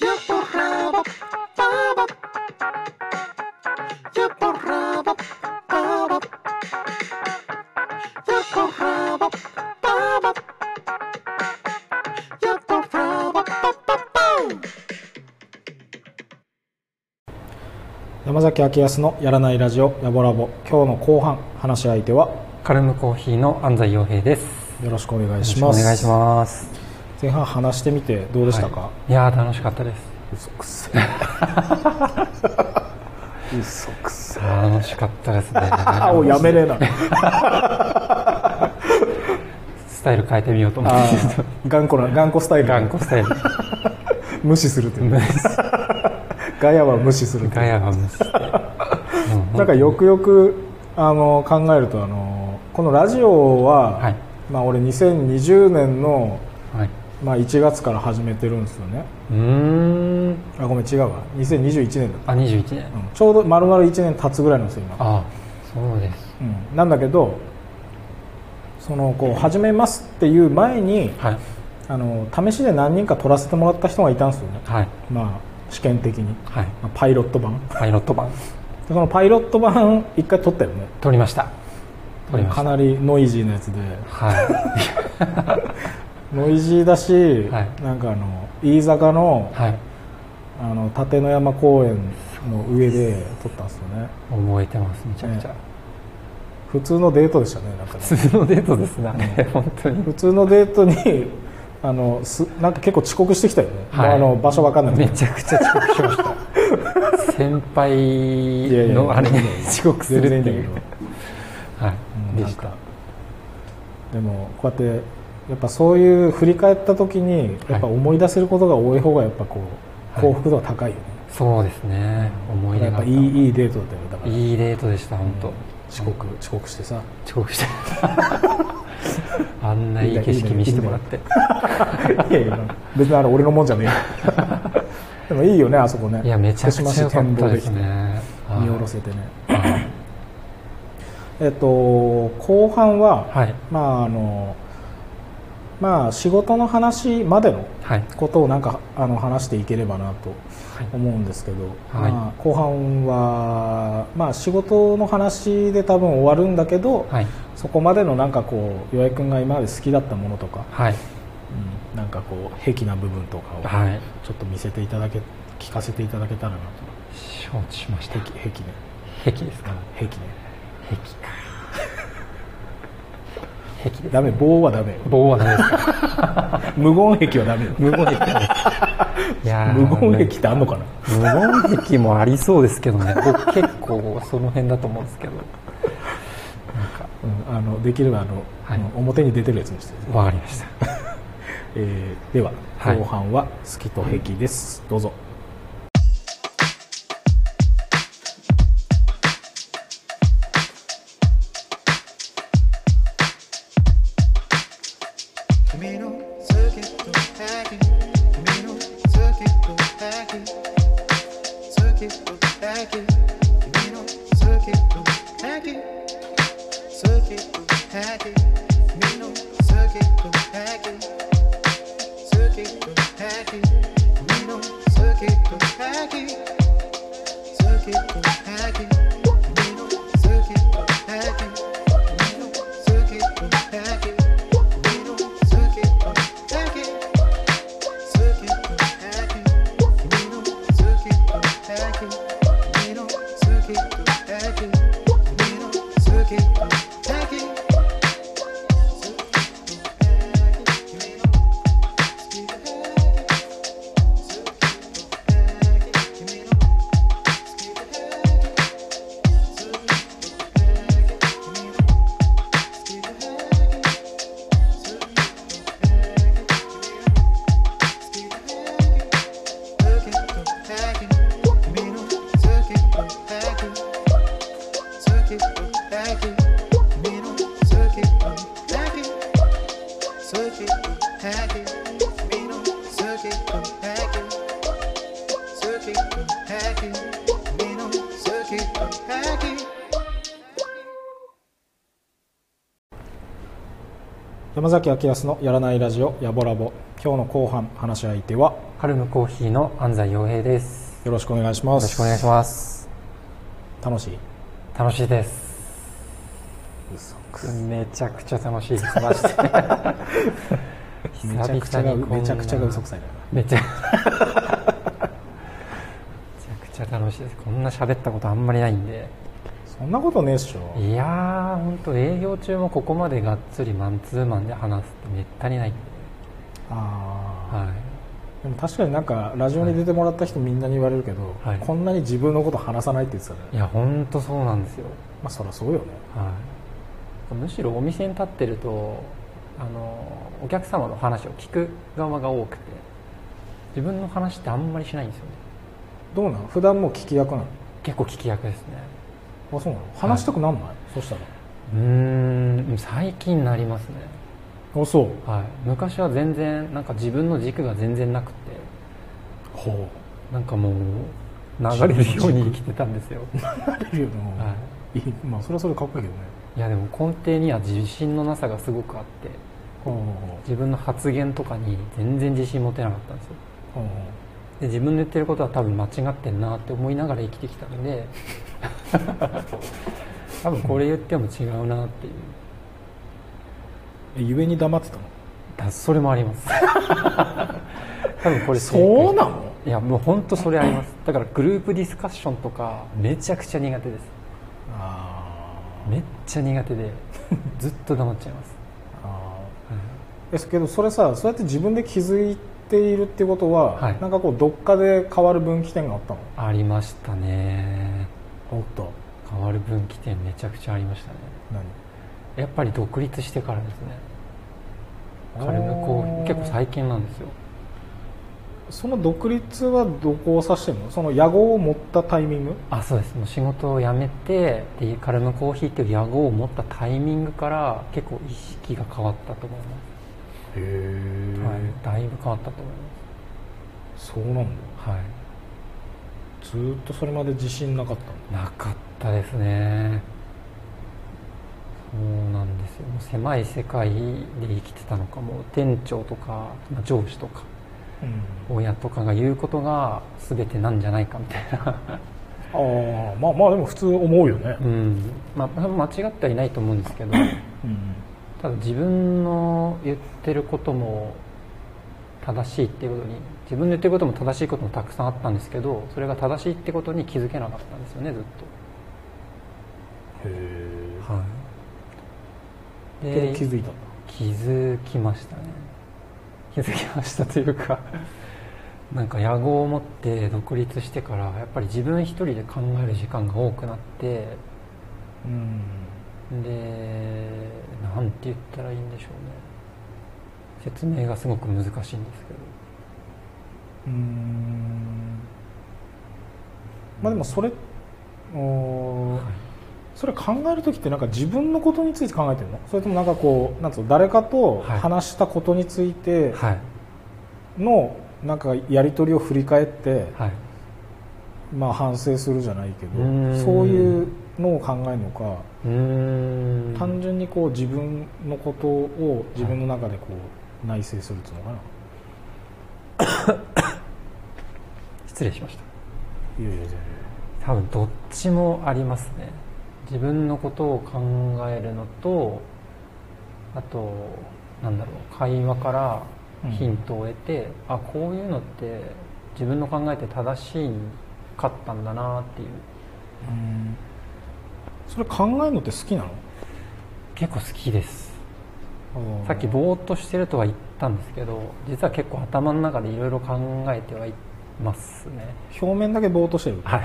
Я порабок, бабок. Я порабок, бабок. Я порабок, бабок. Я порабок, ба-ба-бам. 山崎明康のやらないラジオやぼラボ今日の後半話し相手はカルムコーヒーの安西洋平です。よろしくお願いしよまろすしくお願いします。前半話してみてどうでしたか、いやー楽しかったです。嘘くせえ嘘くせえ楽しかったですね。 あおやめれなスタイル変えてみようと思っあて。ー頑固な頑固スタイル頑固スタイル。無視するというねガヤは無視するというガヤが無視して。なんかよくよくあの考えるとあのこのラジオは、はいまあ、俺2020年の、はい。まあ、1月から始めてるんですよねうーん。あごめん違うわ2021年だあ、21年。うんちょうど丸々1年経つぐらいなんですよ今、あ、そうです。うん、なんだけどそのこう始めますっていう前にはい。あの試しで何人か取らせてもらった人がいたんですよね、はい。まあ、試験的に、はい。まあパイロット版パイロット版でそのパイロット版一回取ったよね撮りました。撮りましかた。なりノイジーなやつではノイジーだし、はいなんかあの飯坂のい。はい。あの立野山公園の上で撮ったんですよね覚えてます。めちゃくちゃね。普通のデートでしたねなんかね普通のデートですね。あれ本当に。普通のデートにあのすなんか結構遅刻してきたよね、はいあの場所わかんないめちゃくちゃ遅刻しました先輩やいやのあれに遅刻する全って然いいんだいけうど、はうんい、でなんしたかでもこうやってやっぱそういう振り返った時にやっぱ思い出せることが多い方がやっぱこうはい幸福度が高いよね、そうですね思い出やっがぱあいっいたいいデートだったよねだからいいデートでした本当、遅刻遅刻してさ 遅刻して あんないい景色見せてもらっていやいや別にあれ俺のもんじゃねえ よでもいいよねあそこねいやめちゃくちゃ良かったです見ね下ろせてねはいえっと後半は、はいまああのまあ仕事の話までのはいことをなんかあの話していければなと思うんですけど、はいまあ、後半は、まあ、仕事の話で多分終わるんだけど、はいそこまでのなんかこう岩井君が今まで好きだったものとか、はいうんなんかこう癖な部分とかをはいちょっと見せていただけ聞かせていただけたらなと承知しました癖癖ね壁ですか癖ね壁か壁ですダメ棒はダメよ棒はないです か無言癖はダメよ無言壁いやー無言癖ってあんのかな無言癖もありそうですけどね 僕結構その辺だと思うんですけどうん、あのできればあの、はいあの表に出てるやつにして、わかりましたえーでははい後半は「好きと癖」です、どうぞ君の好きと敵君の好きと敵好きと敵君の好きと敵好きと敵君の好きと敵好きと敵君の好きと敵好きと敵君の好きと敵君の好きと敵君の好きと敵好きと敵君の好きと敵君の好きと敵君の好きと敵好きと敵君の好きと敵好きと敵君のCircuit hacking, me no circuit hacking. 山山崎明康のやらないラジオやぼラボ今日の後半話し相手は春のコーヒーの安西洋平ですよろしくお願いしまよろすしくお願いします楽しい楽しいですめちゃくちゃ楽しいです マめちジでゃくちゃが久々にこんなめちゃくちゃが嘘くさいだよめちゃめちゃくちゃ楽しいですこんな喋ったことあんまりないんでそんなことねえっしょいやー本当営業中もここまでがっつりマンツーマンで話すってめったにないんで、あはーでも確かになんかラジオに出てもらった人みんなに言われるけど、はいこんなに自分のこと話さないって言ってたね、い、いや本当そうなんですよ、まあそりゃそうよねはい、むしろお店に立ってるとあのお客様の話を聞く側が多くて自分の話ってあんまりしないんですよねどうなの普段も聞き役なの結構聞き役ですねあそうなの話したくなんない、そしたらうーん最近なりますねあそうはい、昔は全然なんか自分の軸が全然なくてほなんかもう流れるように生きてたん ですよ、ういるよな、はいいまあそれはそれでかっこいいけどねい、いやでも根底には自信のなさがすごくあってほうほう自分の発言とかに全然自信持てなかったんですよほうほうほで自分の言ってることは多分間違ってんなって思いながら生きてきたんで多分これ言っても違うなっていううえゆえに黙ってたのだそれもあります多分これ正解そうなのいやもう本当それありますだからグループディスカッションとかめちゃくちゃ苦手ですあめっちゃ苦手でずっと黙っちゃいます、ーあーですけどそれさそうやって自分で気づいているってことは、はいなんかこうどっかで変わる分岐点があったのありましたねおっと変わる分岐点めちゃくちゃありましたね何やっぱり独立してからですねカルムコーヒー結構最近なんですよその独立はどこを指してんのその野号を持ったタイミングあそうですもう仕事を辞めてでカルムコーヒーっていう野号を持ったタイミングから結構意識が変わったと思いますへえ、はい、だいぶ変わったと思いそうなんだますはいずーっとそれまで自信なかったんだなかったですねそうなんですよもう狭い世界で生きてたのかもう店長とかまあ上司とか親とかが言うことが全てなんじゃないかみたいな ああまあまあでも普通思うよねうんまあ多分間違ってはいないと思うんですけどうんただ自分の言ってることも正しいっていうことに自分の言ってることも正しいこともたくさんあったんですけどそれが正しいってことに気づけなかったんですよねずっへえとはいで気づいたん気づきましたね気づきましたというか なんか野望を持って独立してからやっぱり自分一人で考える時間が多くなってうんでなんて言ったらいいんでしょうね説明がすごく難しいんですけどうんまあでもそれおーそれ考える時ってなんか自分のことについて考えてるのそれともなんかこうなんつうの誰かとはい話したことについてはいのなんかやり取りを振り返って、はいまあ、反省するじゃないけどうんそういうのを考えるのか、うーん単純にこう自分のことを自分の中でこう内省するっていうのかな、失礼しましたい、やいやいやいや多分どっちもありますね自分のことを考えるのとあとなんだろう会話からヒントを得て、あこういうのって自分の考えって正しいかったんだなっていううんそれ考えるのって好きなの結構好きですさっきぼーっとしてるとは言ったんですけど実は結構頭の中でいろいろ考えてはいますね表面だけぼーっとしてるはい。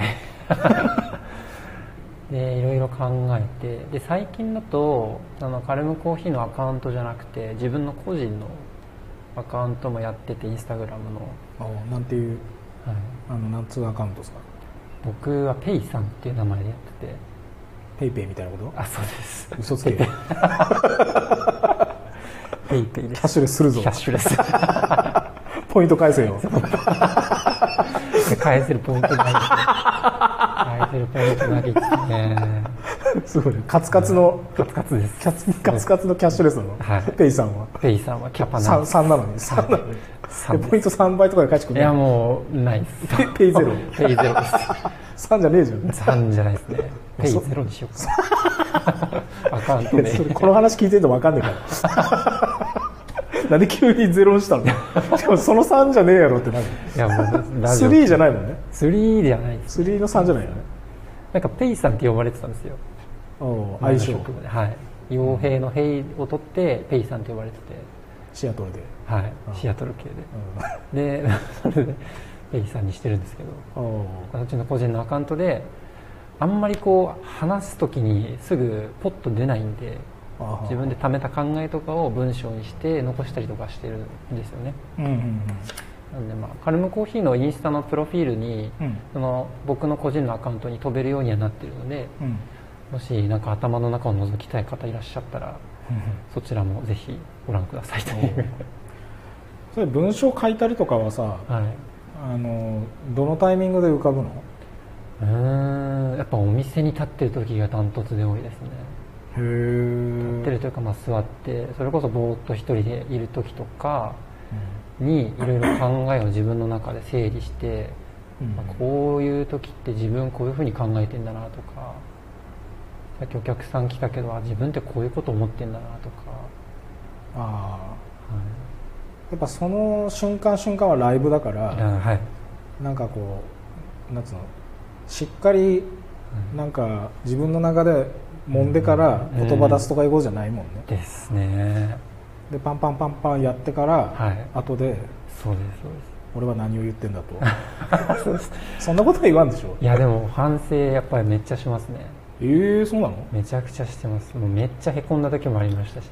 で、いろいろ考えて、で、最近だと、あの、カルムコーヒーのアカウントじゃなくて、自分の個人のアカウントもやってて、インスタグラムの。あーなんていうはい、あのなんつうアカウントですか僕はペイさんっていう名前でやってて、ペイペイみたいなことあ、そうです。嘘つけよペイペイでキャッシュレスするキぞャッシュレス。ポイント返せよ返せるポイントないですね。返せるポイントないですね。すごいカツカツのカツカツですキャツカツカツのキャッシュレスの、はいペイさんはペイさんはキャパな 3, い3なのに3なのに三でポイント3倍とかで返してくいるやもうないですペペイゼロペイゼロです3じゃねえじゃん3じゃないで すねペイゼロにしようかアカウントそれでこの話聞いてると分かんないからなんで急にゼロにしたのしかもその3じゃねえやろってなるいやもうラジオ3じゃないもんね3じゃないです3の3じゃないよねなんかペイさんって呼ばれてたんですよおう相性職場ではい傭兵の兵を取ってペイさんって呼ばれててシアトルで、はいシアトル系ででそれでペイさんにしてるんですけどうん、おううちの個人のアカウントであんまりこう話す時にすぐポッと出ないんであは自分で貯めた考えとかを文章にして残したりとかしてるんですよねうんうんなんでまあカルムコーヒーのインスタのプロフィールに、うんその僕の個人のアカウントに飛べるようにはなってるのでうんうんもしなんか頭の中を覗きたい方いらっしゃったらそちらもぜひご覧くださいという、それ文章書いたりとかはさ はい、あのどのタイミングで浮かぶのうーんやっぱお店に立ってる時がダントツで多いですねへ立ってえるというかまあ座ってそれこそぼーっと一人でいる時とかにいろいろ考えを自分の中で整理して、まあこういう時って自分こういうふうに考えてんだなとかさっきお客さん来たけどあ自分ってこういうこと思ってんだなとか、あはあやっぱその瞬間瞬間はライブだから、いうんはいなんかこうなんつうのしっかりなんか自分の中で揉んでからうん言葉出すとかいうことじゃないもんね、ですねでパンパンパンパンやってから、はい後でそうですそうです俺は何を言ってんだと そんなことは言わんでしょいやでも反省やっぱりめっちゃしますねええそうなのめちゃくちゃしてますもうめっちゃへこんだ時もありましたし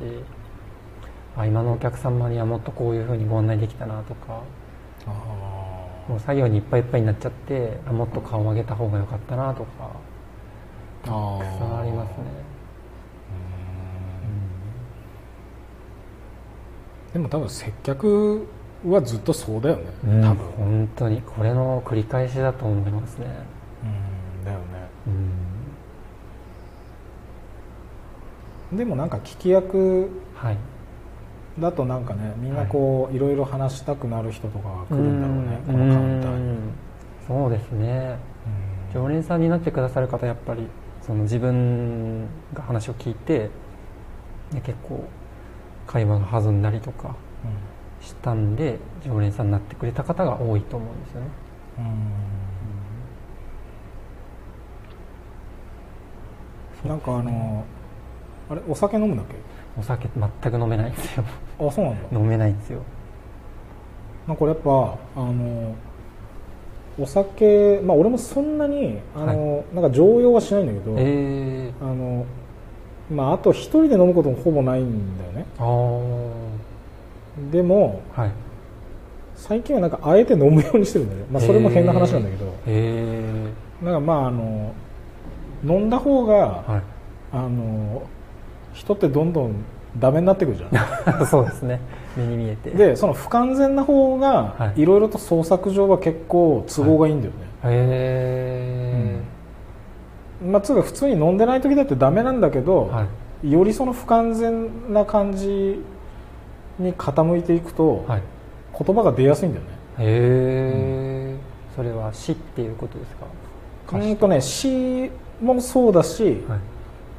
あ今のお客様にはもっとこういうふうにご案内できたなとかあもう作業にいっぱいいっぱいになっちゃってあもっと顔を上げた方が良かったなとかああたくさんありますねでも多分接客はずっとそうだよね、多多分分本当にこれの繰り返しだと思いますねうんだよねうんでもなんか聞き役はいだとなんかねみんなこう、い、ろいろ話したくなる人とかが来るんだろうねこのカウンターにうんそうですねうん常連さんになってくださる方やっぱりその自分が話を聞いてで結構会話が弾んだりとかしたんで常連さんになってくれた方が多いと思うんですよねうんなんかあのあれお酒飲むんだっけお酒全く飲めないんですよ あそうなんだ飲めないんですよなんかこれやっぱあのお酒まあ俺もそんなにあの、なんか常用はしないんだけど、ええあのまああと一人で飲むこともほぼないんだよねああでもはい最近はなんかあえて飲むようにしてるんだよね、まあ、それも変な話なんだけど、えなんかまああの飲んだ方が、えはあの人ってどんどんダメになってくるじゃんい そうですね目に見えてへでその不完全な方がはいいろいろと創作上は結構都合がいいんだよね、えまあ、つうか普通に飲んでない時だってダメなんだけど、はいよりその不完全な感じに傾いていくと、はい言葉が出やすいんだよねへえそれは死っていうことですかう歌詞んとね詩もそうだし、はい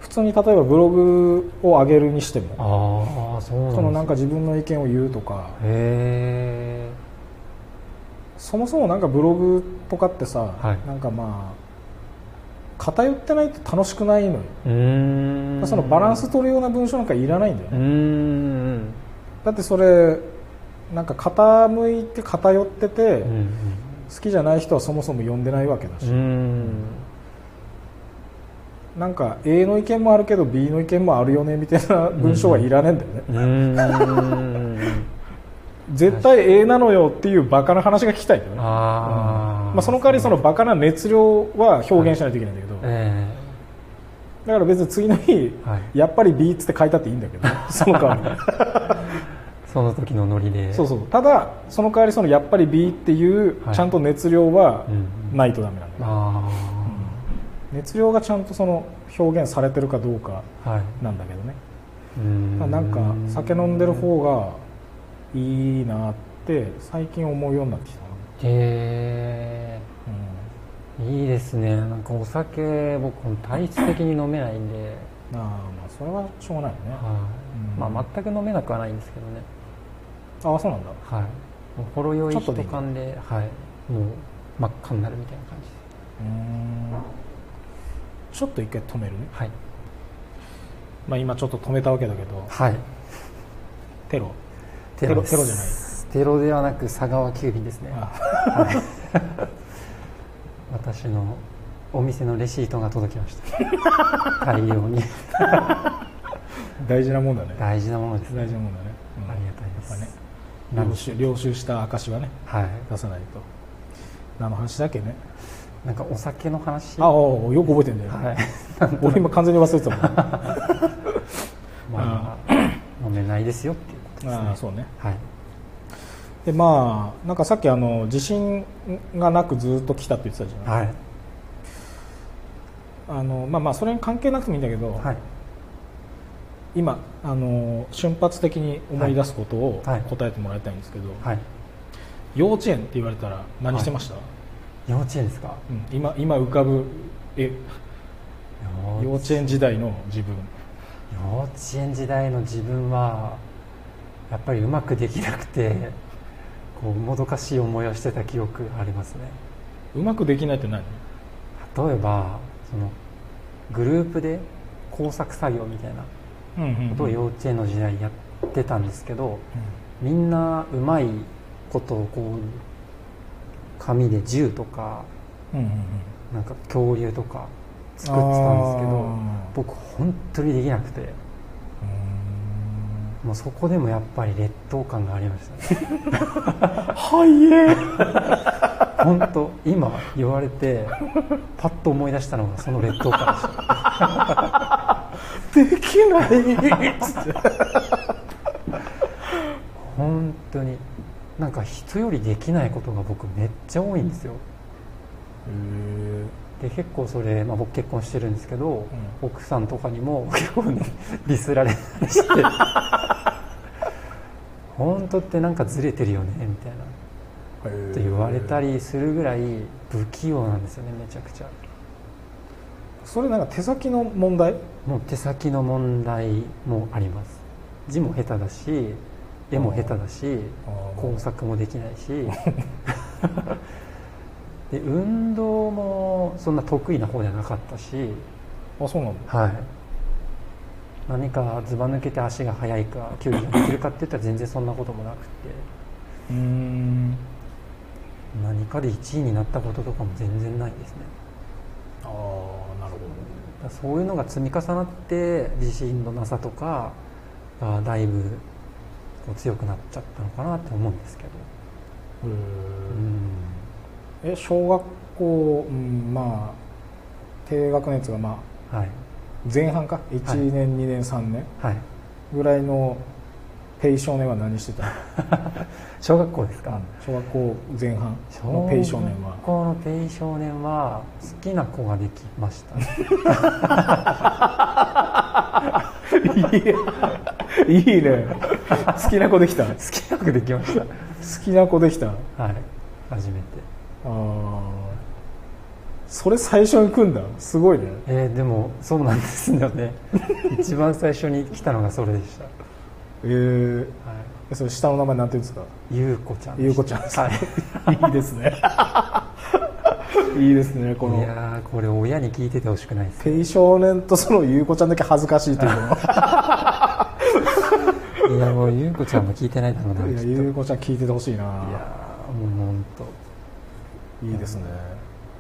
普通に例えばブログを上げるにしてもああそうなんですそのなんかか自分の意見を言うとかへそもそもなんかブログとかってさ、はいなんかまあ偏ってないと楽しくないのよえうーんそのバランス取るような文章なんかいらないんだようーね、んだってそれなんか傾いて偏ってて、うんうん好きじゃない人はそもそも読んでないわけだうし、ーんなんか A の意見もあるけど B の意見もあるよねみたいな文章はいらねえんだよね、うーん絶対 A なのよっていうバカな話が聞きたいんだよねああまあ、その代わりそのバカな熱量は表現しないといけないんだけど、えだから別に次の日、はやっぱり B っつって書いたっていいんだ けどその代わえその時のノリでりそうそうただその代わりそのやっぱり B っていうはいちゃんと熱量はうんないとダメなんだよ、あ熱量がちゃんとその表現されてるかどうかはいなんだけどねうーんなんか酒飲んでる方がいいなって最近思うようになってきたな、へーいいですねなんかお酒僕体質的に飲めないんで、うん、あーまあそれはしょうがないよねはいうんまあ、全く飲めなくはないんですけどねああそうなんだはいもうほろ酔いちょっ一とでいい缶ではいもう真っ赤になるみたいな感じでうんちょっと一回止めるね、はいまあ、今ちょっと止めたわけだけどはいテロテロロテロじゃないですテロではなく佐川急便ですねあ 私のお店のレシートが届きました 大量に大事なもんだね大事なものですね大事なもんだね、うんありがたいですやっぱねなん領収領収した証はねはい出さないと何の話だっけねなんかお酒の話ああよく覚えてるんだよ、はい 俺今完全に忘れ てたもんあまあ飲めないですよっていうことですねあそうねはいでまあなんかさっきあの地震がなくずっと来たって言ってたじゃない、はいあのまあまあそれに関係なくてもいいんだけど、はい今あの瞬発的に思い出すことをはいはい答えてもらいたいんですけど、はい幼稚園って言われたら何してました、幼稚園ですかうん、今今浮かぶえ幼幼稚園時代の自分幼稚園時代の自分はやっぱりうまくできなくてこうもどかしい思いをしてた記憶がありますねうまくできないって何例えばそのグループで工作作業みたいなうんうんうんことを幼稚園の時代やってたんですけど、みんなうまいことをこう紙で銃とかうんうんうんなんか恐竜とか作ってたんですけどあー僕本当にできなくてうーんもうそこでもやっぱり劣等感がありましたねはいえ本当今言われてパッと思い出したのがその劣等感でしたできない本当になんか人よりできないことが僕めっちゃ多いんですよで結構それ、まあ、僕結婚してるんですけど、奥さんとかにも 結構ねディスられた りして本当ってなんかずれてるよねみたいなって言われたりするぐらい不器用なんですよねめちゃくちゃそれなんか手先の問題もう手先の問題もあります字も下手だし絵も下手だしあー工作もでき ないしで運動もそんな得意な方じゃなかったし、あそうなんだはい、何かずば抜けて足が速いか球技ができるかって言ったら全然そんなこともなくてうーん何かで1位になったこととかも全然ないですねああなるほだからそういうのが積み重なって自信のなさとかがだいぶこう強くなっちゃったのかなって思うんですけど、どうん、え小学校、うん、まあ低学年っていうかまあはい前半か1はい年、2年3年はいぐらいのペイ少年は何してた小学校ですか、小学校前半のペイ少年は小学校のペイ少年は好きな子ができま したねいいね好きな子できた好好きな子できましたきな子できたあはい初めてあそれ最初に来んだすごいねえーでもそうなんですよね 一番最初に来たのがそれでした、えー、はえそれ下の名前なんて言うんですかい、ゆうこちゃんでゆうしたこちゃんですはいいいですねいいですねこいのやーこれ親に聞いててほしくないですねペイ少年とそのゆうこちゃんだけ恥ずかしい というのいやもうゆうこちゃんも聞いてないだろうないやきっとゆうこちゃん聞いててほしいいなやーもう本当。いいですね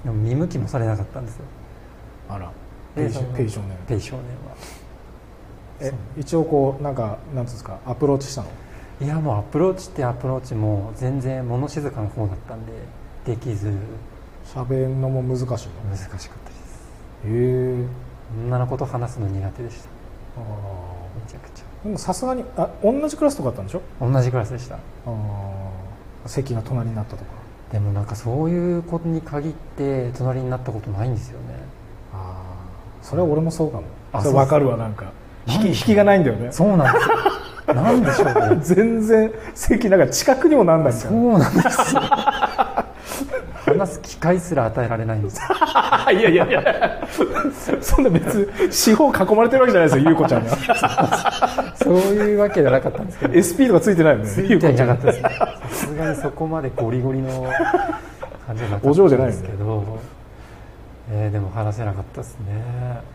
でも見向きもされなかったんですよあらペでイ少そのペイ少年ペイ少年はえ一応こうなんかなんつうんですかアプローチしたのいやもうアプローチってアプローチも全然物静かな方だったんでできず喋るのも難しいの難しかったですへえ女の子と話すの苦手でしためちゃくちゃでもさすがにあ同じクラスとかあったんでしょ同じクラスでしたあ席が隣になったとかでもなんかそういう子に限って隣になったことないんですよねあそれは俺もそうかもあそれそう分かるわなんか引き引きがないんだよねそうなんですよなんでしょうね全然席なんか近くにもなんないかそらうなんですよ話す機会すら与えられないんですよあいやいやいや そんな別に四方囲まれてるわけじゃないです よ優子ちゃんがそういうわけじゃなかったんですけど SP とかついてないよねついてはいなかったですねさすがにそこまでゴリゴリの感じじゃなかお嬢っじゃたないんよでねすけど、えーでも話せなかったですね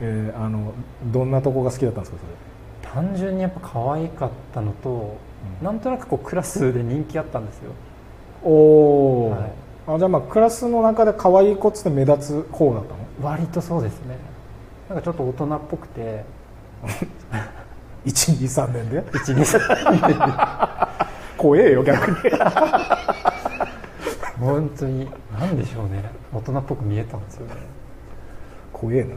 えーあのどんなとこが好きだったんですか単純にやっぱ可愛かったのと、うんなんとなくこうクラスで人気あったんですよそれおお、はいあじゃあまあクラスの中で可愛い子っつって目立つ方だったの割とそうですねなんかちょっと大人っぽくて123年で12歳怖えよ逆 に 本当に何でしょうね大人っぽく見えたんですよね怖えな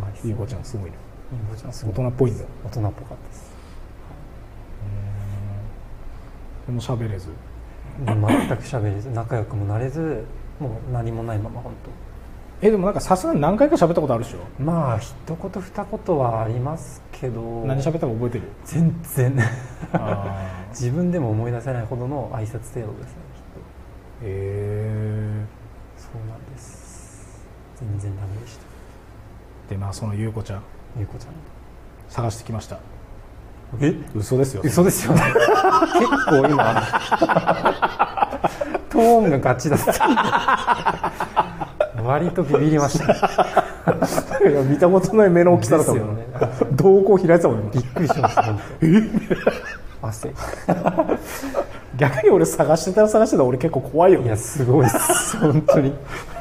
怖いです優子ちゃんすごいなリンゴちゃんす大ごい人っぽいんだ大人っぽかったですでも喋れずでも全く喋れず仲良くもなれずもう何もないまま本えでもなんかさすがに何回か喋ったことあるでしょ当まあ一言二言はありますけど何喋ったか覚えてる全然 あ ー自分でも思い出せないほどの挨拶程度ですねきっへとそうなんです全然ダメでしたえでまあその優子ちゃんゆうこちゃん探してきましたえ嘘ですよ嘘ですよね結構今トーンがガチだった割とビビりましたね いや見たことない目の大きさだったもんねですよね瞳孔開いてたもんねびっくりしました本当に汗逆に俺探してたら探してたら俺結構怖いよいやすごいです本当に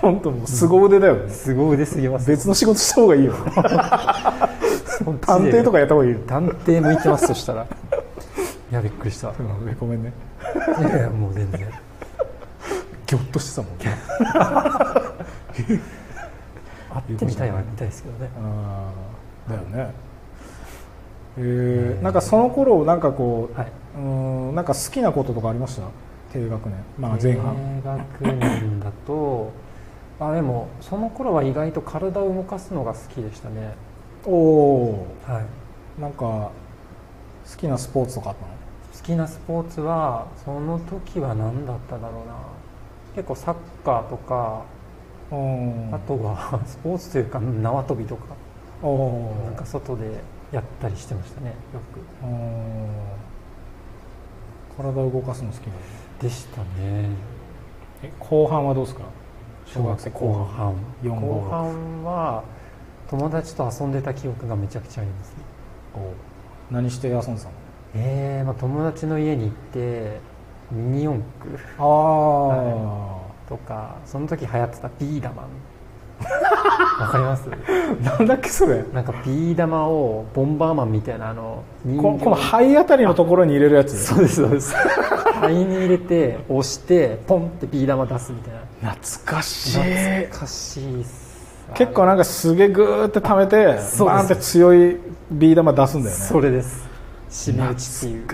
本当もう凄腕だよねすごいですぎます別の仕事した方がいいよ探偵とかやった方がいいよ探偵向いて ますそしたらいやびっくりしたいうんごめんねやいやもう全然ギョッとしてたもんね会ってみたいは見たいですけどねあーだよねえーなんかその頃なんかこう,、はいうーんなんか好きなこととかありました低学年まあ前半低学年だとあでもその頃は意外と体を動かすのが好きでしたねおおはいーなんか好きなスポーツとかあったの好きなスポーツはその時は何だっただろうな結構サッカーとかうんあとは スポーツというか縄跳びとかおおなんか外でやったりしてましたねよく体を動かすの好きなのでしたねえ後半はどうですか小学生後後半半4号後半は友達と遊んでた記憶がめちゃくちゃありますね何して遊んでたのえーまあ、友達の家に行ってミニ四駆あとかその時流行ってたビー 玉わかりますーなんだっけそれなんかビー玉をボンバーマンみたいなあの人こ形この 肺あたりのところに入れるやつそうですそうです肺に入れて押してポンってビー玉出すみたいな懐かし懐かしいっす結構なんかすげえグーって溜めてそうバーンでっすて強いビー玉出すんだよねそれです締め打ちっていう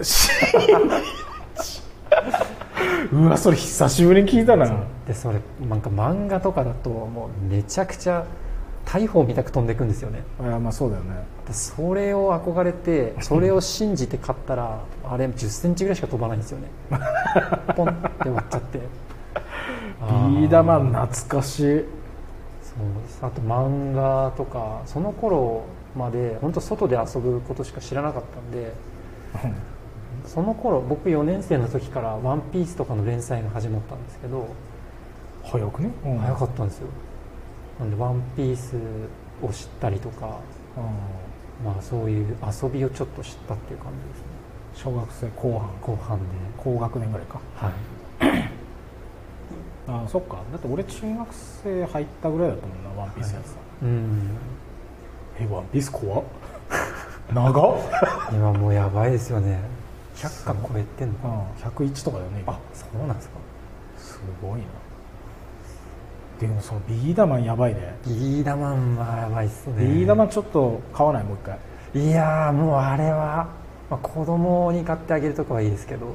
うわそれ久しぶりに聞いたなでそれなんか漫画とかだともうめちゃくちゃ大砲みたく飛んでいくんですよねいやまあそうだよねでそれを憧れてそれを信じて買ったら あれ1 0ンチぐらいしか飛ばないんで すよねポンって終わっちゃってビビー玉懐かしいそうですあと漫画とかその頃まで本当外で遊ぶことしか知らなかったんでその頃僕4年生の時から「ワンピースとかの連載が始まったんですけど早くね早かっったんですよなんで「ワンピースを知ったりとかたまあそういう遊びをちょっと知ったっていう感じですね小学生後半後半で高学年ぐらいかはいああそっかだって俺中学生入ったぐらいだったもんなワンピースやつさ、うんえワンピース怖 っ長っ、今もうやばいですよね100巻超えてんのかう、なん101とかだよね今そうなんですかすごいなでもそのビーダマンやばいねビーダマンはやばいっすねビーダマンちょっと買わないもう一回いやーもうあれは、まあ、子供に買ってあげるとかはいいですけど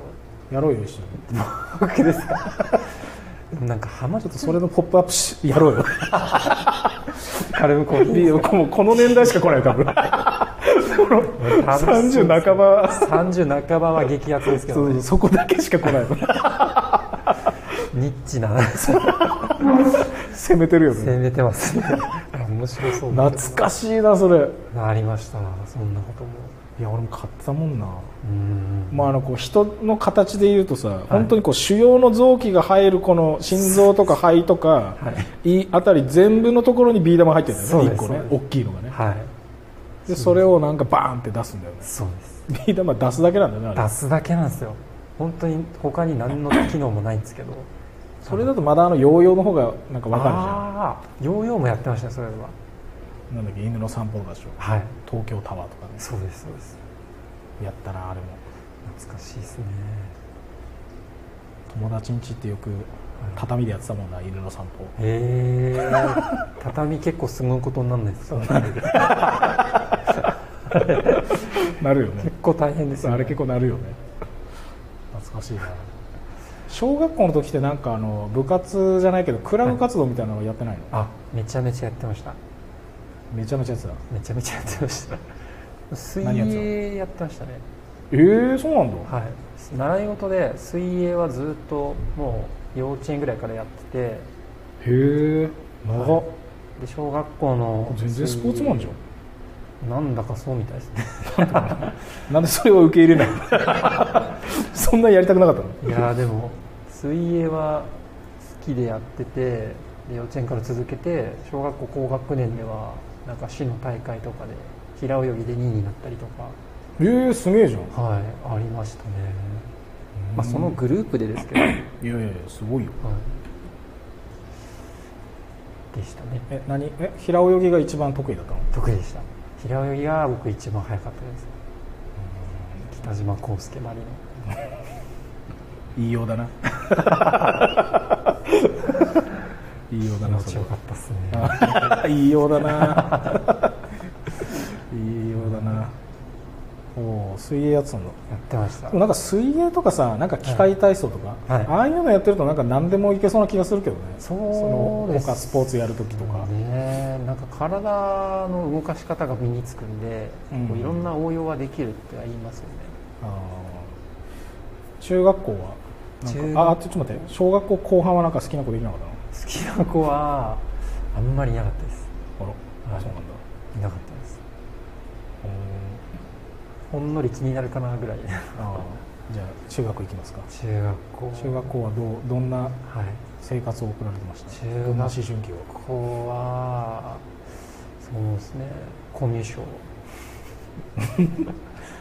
やろうよ一緒に僕です かなんかハマちょっとそれのポップアップしやろうよ カルムコーヒーもうこの年代しか来ない 多分この30半ば30半ばは激アツですけそど、うそうね、そこだけしか来ないニッチな攻めてるよね攻めてますね面白そうだ懐かしいなそれありましたそんなこともいや俺も買ったもんなうんまあ、あのこう人の形でいうとさ、本当にこう腫瘍の臓器が入るこの心臓とか肺とか、胃あたり全部のところにビー玉入ってるんだよそうねで1す個ねそうで大きいのがねはいでそれをなんかバーンって出すんだよねそうですビー玉出すだけなんだよねあれ出すだけなんですよ本当に他に何の機能もないんですけどそれだとまだあのヨーヨーの方がなんかわかああヨーヨーもやってましたねそれはるじゃんなんだっけ犬の散歩だでしょはい東京タワーとかねそうですそうですやったなあれも懐かしいですね友達ん家ってよく畳でやってたもんな犬の散歩へえ 畳結構すごいことになんないですかなるよね結構大変ですよ、ね、 あれ結構なるよね懐かしいな小学校の時ってなんかあの部活じゃないけどクラブ活動みたいなのやってないの、あめちゃめちゃやってましためちゃめちゃやってためちゃめちゃやってました水何やってたの泳やってましたねえー、そうなんだ、はい習い事で水泳はずっともう幼稚園ぐらいからやってへてえ長っ、で小学校の全然スポーツマンじゃんなんだかそうみたいですねんなんでそれを受け入れないの そんなやりたくなかったのい やーでも水泳は好きでやっててで幼稚園から続けて小学校高学年ではなんか市の大会とかで平泳ぎで2位になったりとえー、すげえじゃんかはいありましたね、まあ、そのグループでですけど、はい、いやいやいやすごいよでしたねえ何え平泳ぎが一番得意だったの得意でした平泳ぎが僕一番早かったです北島康介マリの言いようだ な言いようだ気な持そちれよはかったっすねあ ーいいようだないいようだなおお水泳やってたんだやってましたでもなんか水泳とかさなんか機械体操とか、はいはいああいうのやってるとなんか何でもいけそうな気がするけどねそうでのす他スポーツやるときとか、ねなんか体の動かし方が身につくんで、うんこういろんな応用はできるって言いますよねあー中学校はなん中かああちょっと待って小学校後半はなんか好きな子できなかったの好きな子はあんまりいなかったですあら、はいそうなんだいなかったですほんのり気になるかなぐらいあーじゃあ中学行きますか中学校 中学校はどうどんなはい生活を送られてました中学どんな思春期をここはそうですねコミュ障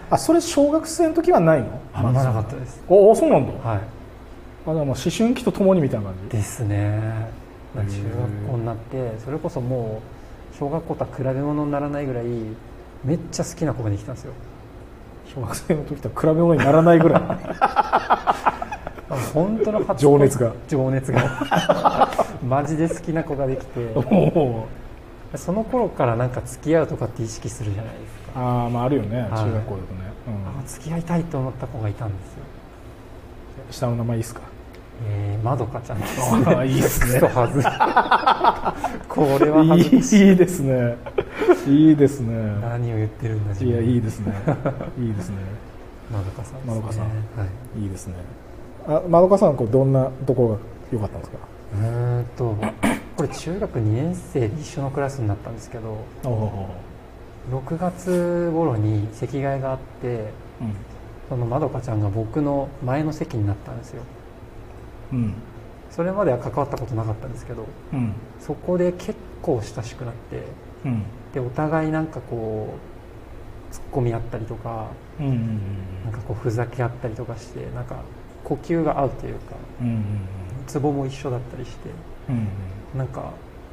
あそれ小学生の時はないのあんまなかったですおおそうなんだあはじゃあもう思春期とともにみたいな感いじですね中学校になってそれこそもう小学校とは比べ物にならないぐらいめっちゃ好きな子ができたんですよ小学生の時とは比べ物にならない ぐらあ本当の初恋情熱が情熱が マジで好きな子ができていおーその頃からなんか付き合うとかって意識するじゃないですかああまああるよねい中学校だとね、あ付き合いたいと思った子がいたんですようん、下の名前いいっすかえー、まどかちゃんですあいいっすねクソ はずいこれは恥ずかしいいいですねいいです ね何を言ってるんだ自い分やいいですねいいですねまどかさんですまねどかさんはいいいですねあまどかさんはこうどんなところが良かったんですかうーんとこれ中学2年生で一緒のクラスになったんですけどおお、 6月頃に席替えがあってそのまどかちゃんが僕の前の席になったんですようんうんそれまでは関わったことなかったんですけどうんそこで結構親しくなってうんでお互いなんかこうツッコみ合ったりとかうんうんなんかこうふざけ合ったりとかしてなんか呼吸が合うというかうんうんツボも一緒だったりしてうんうんなんか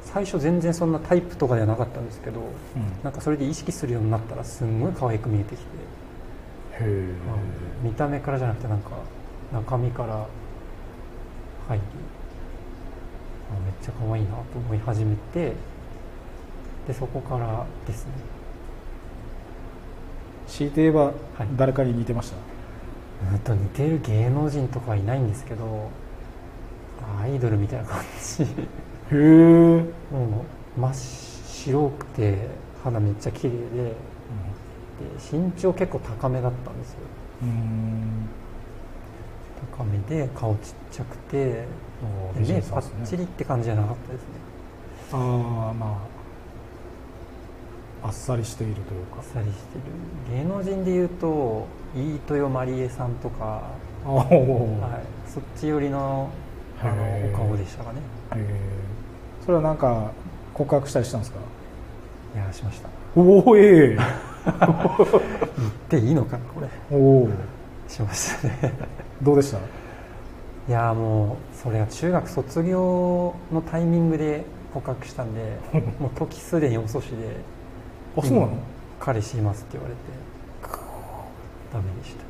最初全然そんなタイプとかではなかったんですけどなんかそれで意識するようになったらすんごい可愛く見えてきて、へえ見た目からじゃなくてなんか中身から入りあめっちゃ可愛いなと思い始めてでそこからですね強いて言えばはい誰かに似てました、うんと似てる芸能人とかはいないんですけど アイドルみたいな感じへえもう真っ白くて肌めっちゃ綺麗でで身長結構高めだったんですようんうん高めで顔ちっちゃくておーで美人目さパんですねッチリって感じじゃなかったですねああまああっさりしているというあかっさりしてる芸能人でいうと飯豊まりえさんとか、あおーはい、そっち寄りのあへのーお顔でしたかねへえそれはなんか告白したりしたんですかいやしま したおおええでいいのかなこれおおしましたねどうでしたいやもうそれは中学卒業のタイミングで告白したんでもう時すでに遅しであそうなの今彼氏いますって言われてダメでした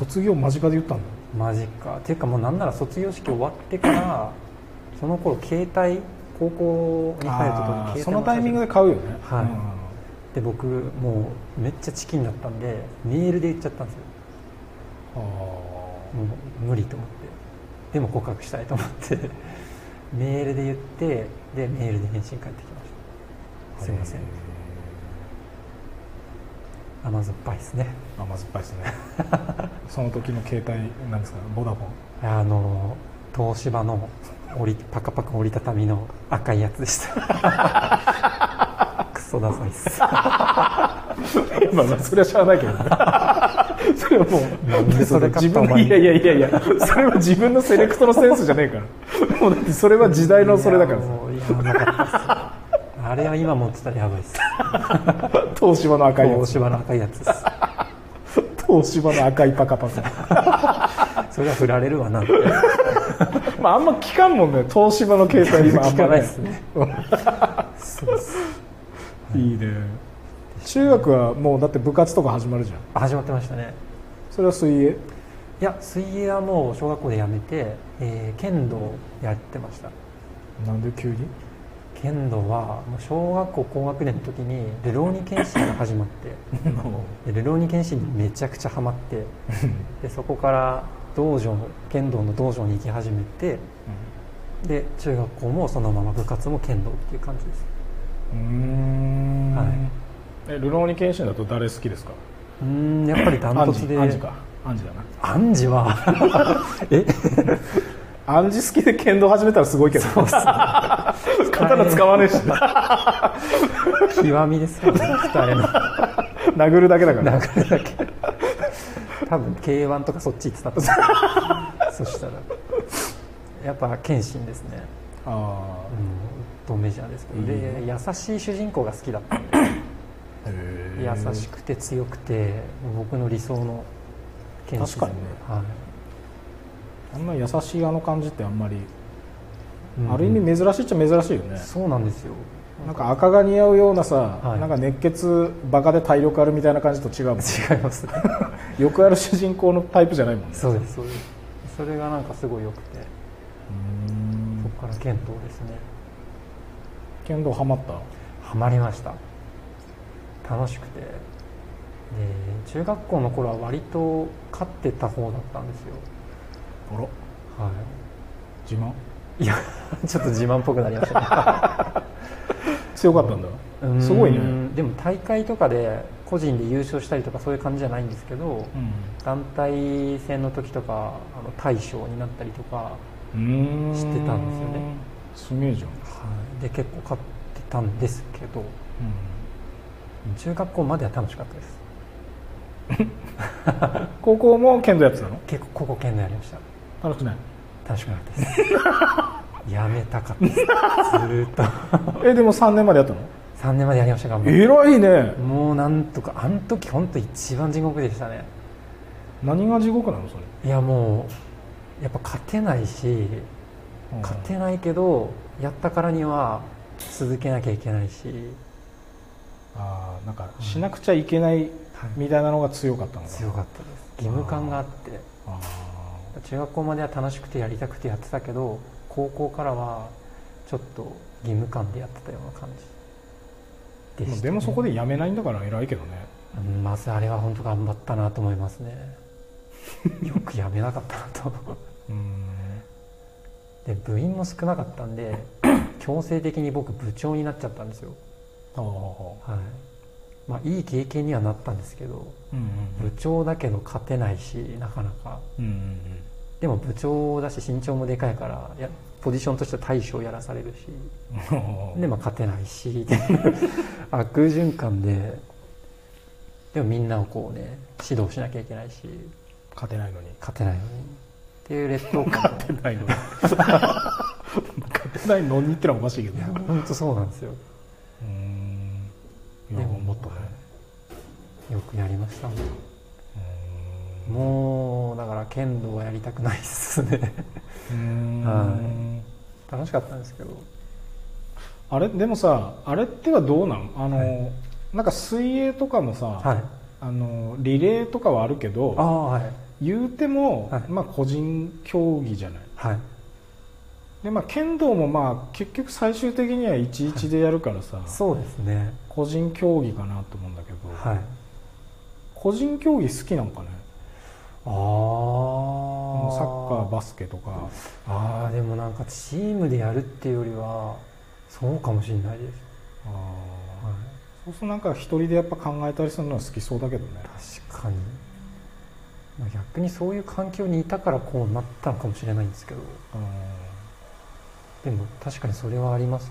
卒業間近で言ったんだマジかていうかもうなんなら卒業式終わってからその頃携帯高校に入るとこあにー携帯をそのタイミングで買うよねはいで僕もうめっちゃチキンだったんでメールで言っちゃったんですようんもう無理と思ってでも告白したいと思って メールで言ってでメールで返信返ってきましたすいませんへ甘酸っぱいですねー甘酸っぱいです ねその時の携帯なんですかボダフォンあの東芝の折りパカパカ折りたたみの赤いやつでした クソダサいっす まあまあそれはしゃあないけどね それはもうなんでそれ買自った分おの前いやいやいやいやそれは自分のセレクトのセンスじゃねえから もうだってそれは時代のそれだからいやさもういやなかったっすよあれは今持ってたらやばいっす東芝の赤いや東つ芝の赤いやつ っす東芝の赤いパカパカそれは振られるわなってまああんま聞かんもんね東芝の携帯今あん聞まかねないっすねそうっすいいね中学はもうだって部活とか始まるじゃんあ始まってましたねそれは水泳いや水泳はもう小学校でやめて、えー剣道やってましたなんで 急に剣道はもう小学校高学年の時にルローニケンシンが始まってでルローニケンシンにめちゃくちゃハ マってでそこから道場の剣道の道場に行き始めてで中学校もそのまま部活も剣道っていう感じですうーんはいえルローニケンシンだと誰好きですかうーんやっぱりダントツでアンジかアンジだなアンジは えアンジ好きで剣道始めたらすごいけどそうっす 刀使わねえしね極みですよね二人の殴るだけだからなんかだけ多分 k 1とかそっち行ってたと思うそしたらやっぱ謙信ですね、あうん、とメジャーですけど、でうん優しい主人公が好きだったんであへえ優しくて強くて僕の理想の謙信確かにねはあんな優しいあの感じってあんまり、いうんある意味珍しいっちゃ珍しいよねそうなんです よなんか赤が似合うようなさ、はいなんか熱血バカで体力あるみたいな感じと違うもん違いますねよくある主人公のタイプじゃないもんねそうですそうですそれがなんかすごい良くてそこから剣道ですね剣道ハマったハマりました楽しくてで中学校の頃は割と勝ってた方だったんですよあらは自慢いいや ちょっと自慢っぽくなりました強かったんだね すごいうねんでも大会とかで個人で優勝したりとかそういう感じじゃないんですけど、団体戦の時とかあの大将になったりとか、うん知ってたんですよすねげえじゃん、で結構勝ってたんですけど中学校までは楽しかったです高校も剣道やってたの結構高校県内やりました楽しくない楽しくなかったですやめたかったですずーっと えでも3年までやったの3年までやりました頑張って偉いねもうなんとかあの時本当一番地獄でしたね何が地獄なのそれいやもうやっぱ勝てないし勝てないけどやったからには続けなきゃいけないしああなんかしなくちゃいけないみたいなのが強かったのか、強かったです義務感があってあ中学校までは楽しくてやりたくてやってたけど高校からはちょっと義務感でやってたような感ーじでまあしたでもそこでやめないんだから偉いけどねうんまずあれは本当頑張ったなと思いますね よくやめなかったなとうん で部員も少なかったんで強制的に僕部長になっちゃったんですよああはいまあいい経験にはなったんですけどうん部長だけど勝てないしなかなかうんうんでも部長だし身長もでかいからいやポジションとしては大将やらされるしうんでまあ勝てないし っていう悪循環ででもみんなをこうね指導しなきゃいけないし勝てないのに勝てないのにっていう劣等感勝てないのに勝てないのにってのはおかしいけどね本当そうなんですようーんいでやももっとねよくやりましたうもうだから剣道はやりたくないっすね ーんはい楽しかったんですけどあれでもさあれってはどうなんあの、なんか水泳とかもさ、はいあのリレーとかはあるけどああはい言うても、はいまあ、個人競技じゃないはいで、まあ、剣道もまあ結局最終的には11でやるからさ、そうですね個人競技かなと思うんだけど、はい個人競技好きなんかねあサッカーあバスケとかああでもなんかチームでやるっていうよりはそうかもしれないです、あーはそうするとなんか一人でやっぱ考えたりするのは好きそうだけどねい、確かにまあ逆にそういう環境にいたからこうなったのかもしれないんですけどうんでも確かにそれはありますね、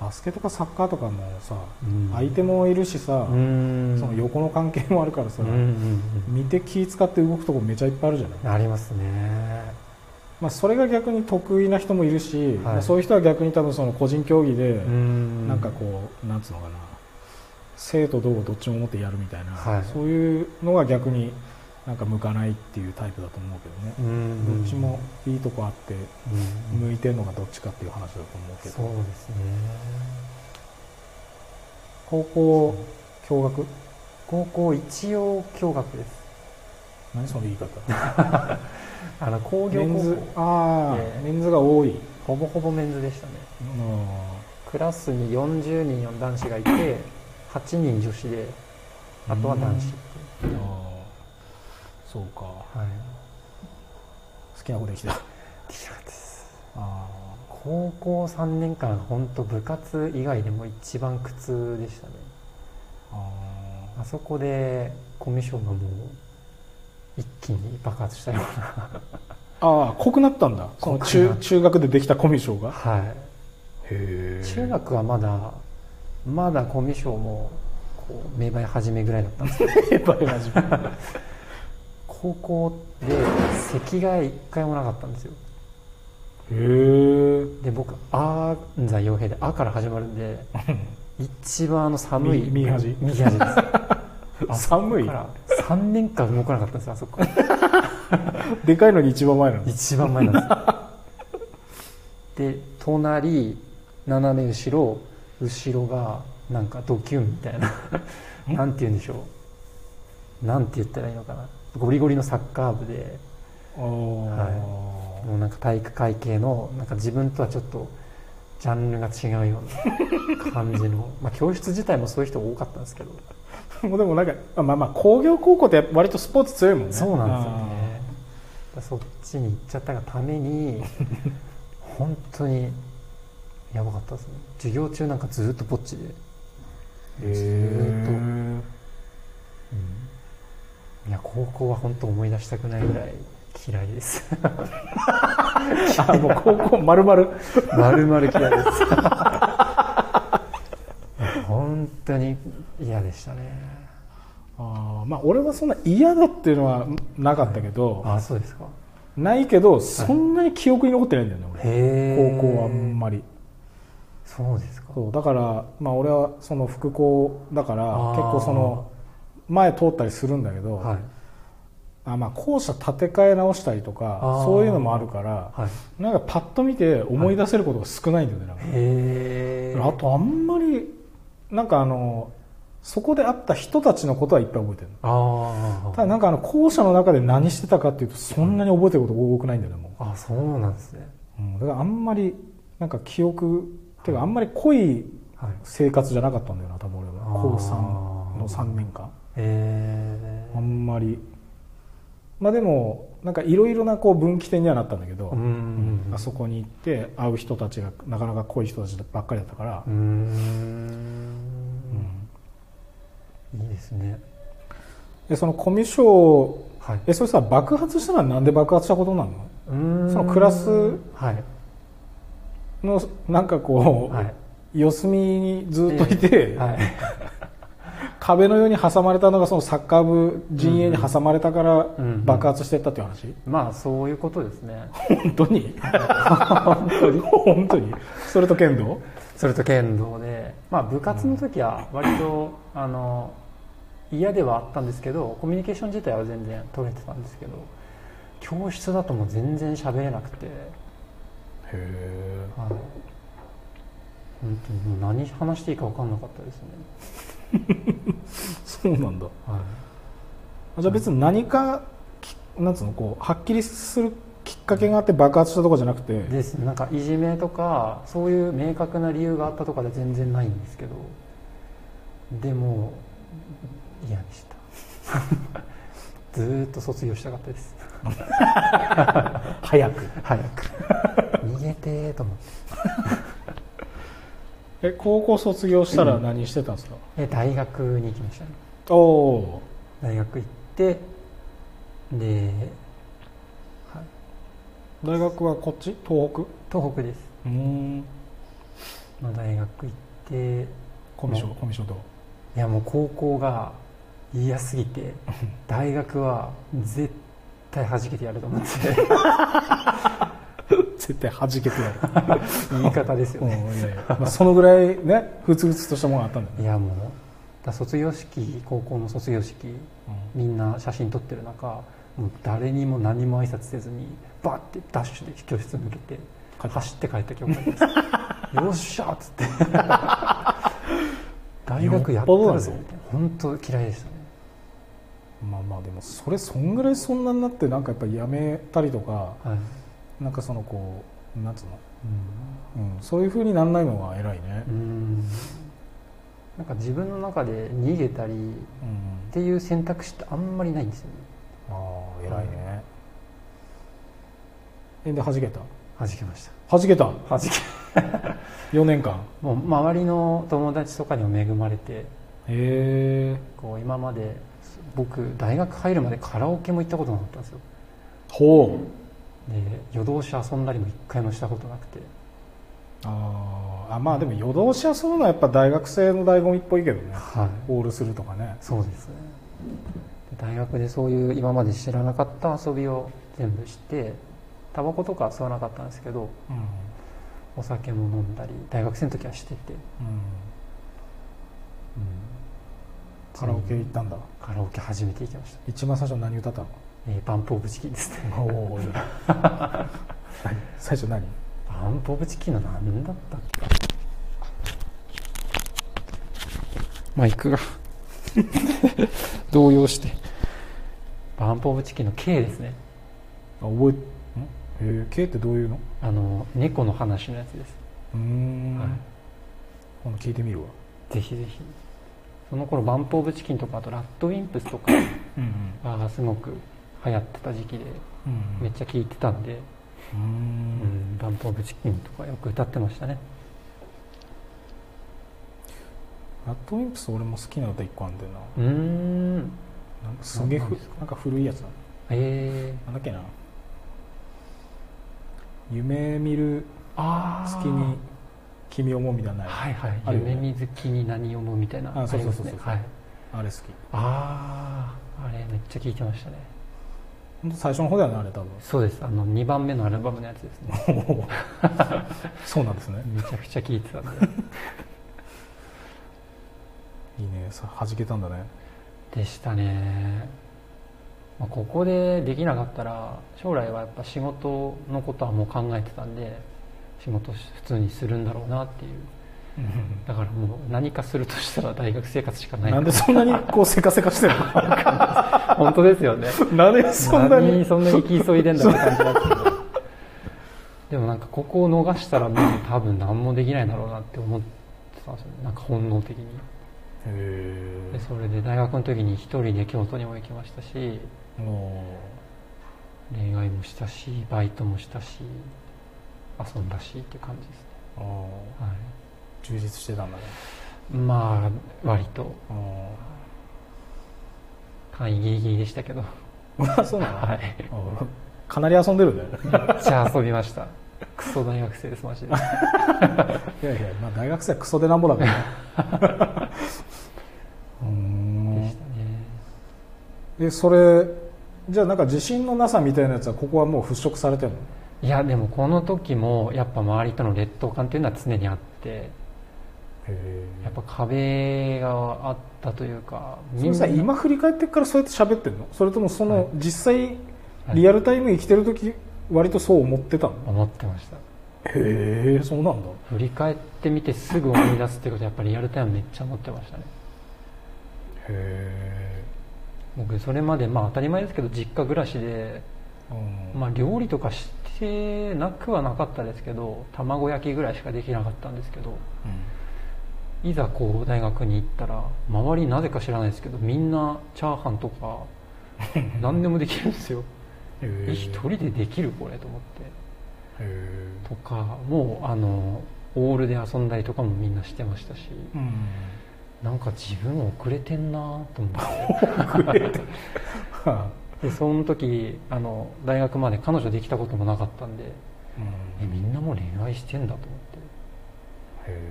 バスケとかサッカーとかもさ、うん相手もいるしさ、うんその横の関係もあるからさ、うんうん見て気使って動くとこめちゃいっぱいあるじゃない、うんありますねまあ、それが逆に得意な人もいるし、まあそういう人は逆に多分その個人競技で、んなんかこうなんつうのかな生と動をどっちも持ってやるみたいな、はいそういうのが逆になんか向かないっていうタイプだと思うけどね、うんどっちもいいとこあってうん向いてるのがどっちかっていう話だと思うけど、そうですね高校共学高校一応共学です何その言い方あの工業メンズ高校ああ、ええメンズが多い、ほぼほぼメンズでしたねうんクラスに40人の男子がいて8人女子であとは男子ああそうかはい好きな子できたあできなかったですあ高校3年間本当部活以外でも一番苦痛でしたねああそこでコミュ障がもう一気に爆発したようなああ濃くなったんだその中濃くな中学でできたコミュ障がはいへえ中学はまだまだコミュ障もこう芽生え始めぐらいだったんですけど 高校で席替え一回もなかったんですよへえで僕「あーんざ傭兵」で「あ」から始まるんで一番あの寒い右右端右端ですあそこ寒いから3年間動かなかったんですよあそこからでかいのに一番前なの一番前なんですよで隣斜め後ろ後ろがなんかドキュンみたいななんて言うんでしょうなんて言ったらいいのかなゴリゴリのサッカー部でああ、もうなんか体育会系のなんか自分とはちょっとジャンルが違うような感じのまあ教室自体もそういう人多かったんですけど、もうでもなんかあまあまあ工業高校ってやっぱ割とスポーツ強いもんねそうなんですよねだからそっちに行っちゃったがために本当にやばかったですね授業中なんかずっとぼっちでああへえいや高校は本当思い出したくないぐらい嫌いですあもう高校丸々丸々嫌いです 本当に嫌でしたねああまあ俺はそんな嫌だっていうのはなかったけど、あそうですかないけどそんなに記憶に残ってないんだよね、へ俺え高校はあんまりそうですかそうだから、まあ、俺はその副校だからあー結構その前通ったりするんだけど、はいあまあ、校舎建て替え直したりとかあーそういうのもあるから、はいなんかパッと見て思い出せることが少ないんだよね、なんかへえあとあんまりなんかあのそこで会った人たちのことはいっぱい覚えてるのあただなんかあの校舎の中で何してたかっていうとそんなに覚えてることが多くないんだよねもうああそうなんですねうん、だからあんまりなんか記憶ていうかあんまり濃いはい生活じゃなかったんだよな多分俺はあー高3の3年間えあんまりまあでもなんかいろいろなこう分岐点にはなったんだけど、うんうんうんあそこに行って会う人たちがなかなか濃い人たちばっかりだったからうー、うんんいいですねでそのコミュ障はいえそれさ爆発したのはなんで爆発したことなのうーんそのクラスはいのなんかこう、はい四隅にずっといて、 はい壁のように挟まれたのがそのサッカー部陣営に挟まれたからうん爆発していったっていう話、まあそういうことですね 本当に本当に本当にそれと剣道それと剣道で、まあ、部活の時は割と、あの嫌ではあったんですけどコミュニケーション自体は全然取れてたんですけど教室だともう全然喋れなくて、へえはい、本当にもう何話していいか分かんなかったですね、そうなんだはい、あじゃあ別に何かきなんつうのこうはっきりするきっかけがあって爆発したとかじゃなくてですなんかいじめとかそういう明確な理由があったとかで全然ないんですけどでも嫌でした ずーっと卒業したかったです早く 早く逃げてーと思ってえ高校卒業したら何してたんですか、で大学に行きましたねおお大学行ってで、はい、ー大学はこっち東北う東北ですーんの大学行っていコミュ障コミュ障とやもう高校が嫌す ぎて大学は絶対弾けてやる と思って絶対弾けてやる 言い方ですようんねいやいやまあ、そのぐらいねふつふつとしたものがあったんだよね、いやもうだ卒業式高校の卒業式みんな写真撮ってる中もう誰にも何も挨拶せずにバッてダッシュで教室抜けて帰った走って帰った記憶があり ますよっしゃーっつって大学やったよっぽどだらぞぞ本当嫌いでしたねまあまあでもそれそんぐらいそんなになってなんかやっぱやめたりとかはい、なんかそのこうなんつうの、うん、そういうふうになんないのが偉いねう、んなんか自分の中で逃げたりっうんていう選択肢ってあんまりないんですよねああ偉いね、えで弾けた弾けました弾けた弾け4年間もう周りの友達とかにも恵まれてへえこう今まで僕大学入るまでカラオケも行ったことなかったんですよほうで夜通し遊んだりも一回もしたことなくてあーあまあでも夜通し遊ぶのはやっぱ大学生の醍醐味っぽいけどねはいオールするとかねそうですねで大学でそういう今まで知らなかった遊びを全部してタバコとかは吸わなかったんですけどうん、お酒も飲んだり大学生の時はしてて、カラオケ行ったんだカラオケ初めて行きました、一番最初何歌ったのえーバンプ・オブ・チキンですね 最初何バンプ・オブ・チキンの何だったっけマイクが動揺してバンプ・オブ・チキンの K ですねあ覚えんえー、K ってどういうのあの猫の話のやつですうーん、はい今度聞いてみるわぜひぜひその頃バンプ・オブ・チキンとかあとラッドウィンプス とかうんがすごく流行ってた時期でうんめっちゃ聴いてたんで、うーんうん、バンプ・オブ・チキンとかよく歌ってましたねラッドウィンプス俺も好きな歌一個あんだよなうーんなんかすげえふそうなんですかなんか古いやつだえー、なんだっけな夢見るあ月に君をもみだない、はいはいあるよね夢見好きに何をもみたいなあそうそうそうそうありますねはい、あれ好きあああれめっちゃ聴いてましたねほんと最初の方だよねあれ多そうですあの2番目のアルバムのやつですね 分そうなんですねめちゃくちゃ聴いてたんでいいねさ弾けたんだねでしたね、まあ、ここでできなかったら将来はやっぱ仕事のことはもう考えてたんで仕事し普通にするんだろうな っていうだからもう何かするとしたら大学生活しかないなんでそんなにこうせかせかしてる本当ですよねのなんでそんなに何そんなに行き急いでんだって感じなんですけどでもなんかここを逃したらもう多分何もできないだろうなって思ってたんですよねなんか本能的にへでそれで大学の時に一人で京都にも行きましたしえも恋愛もしたしバイトもしたし遊んだしって感じですね、あーは充実してたんだねい、まあ割と あ単位ギリギリでしたけどーそうなの、はあーかなり遊んでるんだよねいじゃあ遊びましたクソ大学生ですマジで いやいや、まあ、大学生はクソでなんぼだから ねうーでしんたねえそれじゃあなんか自信のなさみたいなやつはここはもう払拭されてるのいやでもこの時もやっぱ周りとの劣等感っていうのは常にあってへやっぱ壁があったというかそれさみんな今振り返ってからそうやって喋ってるのそれともその、はい実際はいリアルタイム生きてる時割とそう思ってたの、思ってましたへえそうなんだ振り返ってみてすぐ思い出すってことはやっぱりリアルタイムめっちゃ思ってましたねへえ、僕それまでまあ当たり前ですけど実家暮らしで、うんまあ、料理とかしてなくはなかったですけど卵焼きぐらいしかできなかったんですけどいざこう大学に行ったら周りなぜか知らないですけどみんなチャーハンと か何でもできるんですようんえ一人でできるこれと思っへえてとかもうあのオールで遊んだりとかもみんなしてましたしうんなんか自分遅れてんなと思ってはでその時あの大学まで彼女できたこともなかったんであうんえへみんなもう恋愛してんだと思ってえ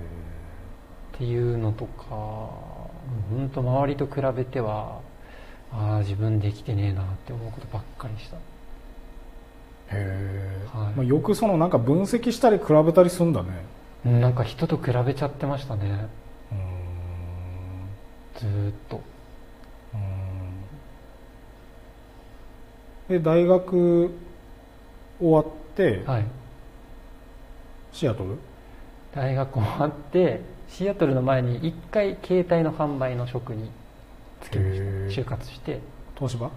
っていうのとかもう本当周りと比べてはああ自分できてねえなって思うことばっかりしたへえ、はいまあ、よくそのなんか分析したり比べたりするんだねうんなんか人と比べちゃってましたねうんずーっとで大学終わって、はいシアトル大学終わってシアトルの前に一回携帯の販売の職に就きましたへー就活して東芝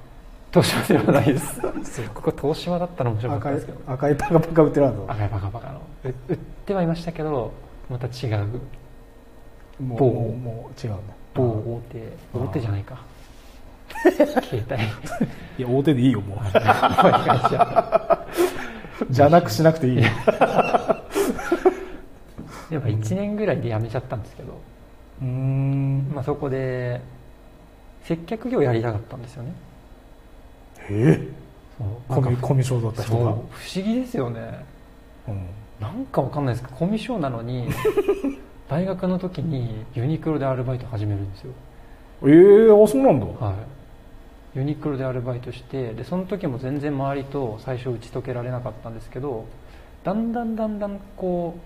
東芝ではないです ここ東芝だったら面白かった赤いですけど赤いパカパカ売ってるは赤いバカバカのう売ってはいましたけどまた違うずもう某もうもう違うんだ某大手あー大手じゃないか携帯 いや大手でいいよ も販売会社うじゃなくしなくていいよやっぱ1年ぐらいで辞めちゃったんですけど、うーんまあ、そこで接客業やりたかったんですよねえそうコなんミかコミショだったそう人不が思議ですよねうんなんかわかんないですけどコミュ障なのに大学の時にユニクロでアルバイト始めるんですよ、ええあそうなんだはい、ユニクロでアルバイトしてでその時も全然周りと最初打ち解けられなかったんですけどだんだんだんだんこう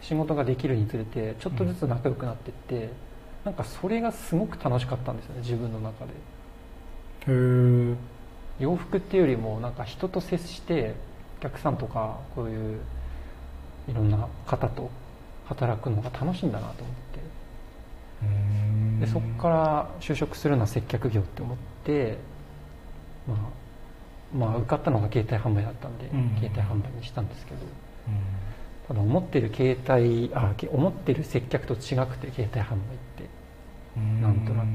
仕事ができるにつれてちょっとずつ仲良くなってって、なんかそれがすごく楽しかったんですよね自分の中でへえ洋服っていうよりもなんか人と接してお客さんとかこういういろんな方と働くのが楽しいんだなと思ってでそこから就職するのは接客業って思って、まあ、まあ受かったのが携帯販売だったんで、うん携帯販売にしたんですけどただ思ってる携帯あけ思ってる接客と違くて携帯販売ってうんなんとなくも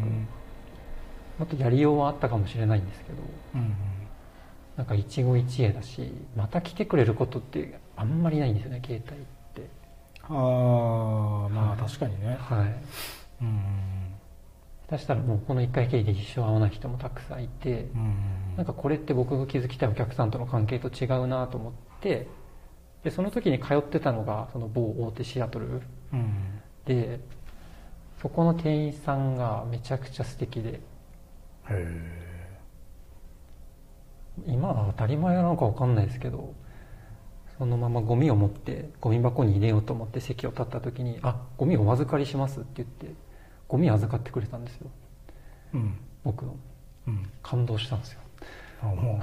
っとやりようはあったかもしれないんですけどうんなんか一期一会だしまた来てくれることってあんまりないんですよね携帯ってああまあ確かにねはいうん下手したらもうこの1回きりで一生会わない人もたくさんいてうんなんかこれって僕が気づきたいお客さんとの関係と違うなと思ってでその時に通ってたのがその某大手シアトルうんでそこの店員さんがめちゃくちゃ素敵でへえ今は当たり前なのか分かんないですけどそのままゴミを持ってゴミ箱に入れようと思って席を立った時に「あゴミお預かりします」って言ってゴミ預かってくれたんですようん僕のうん感動したんですよあ も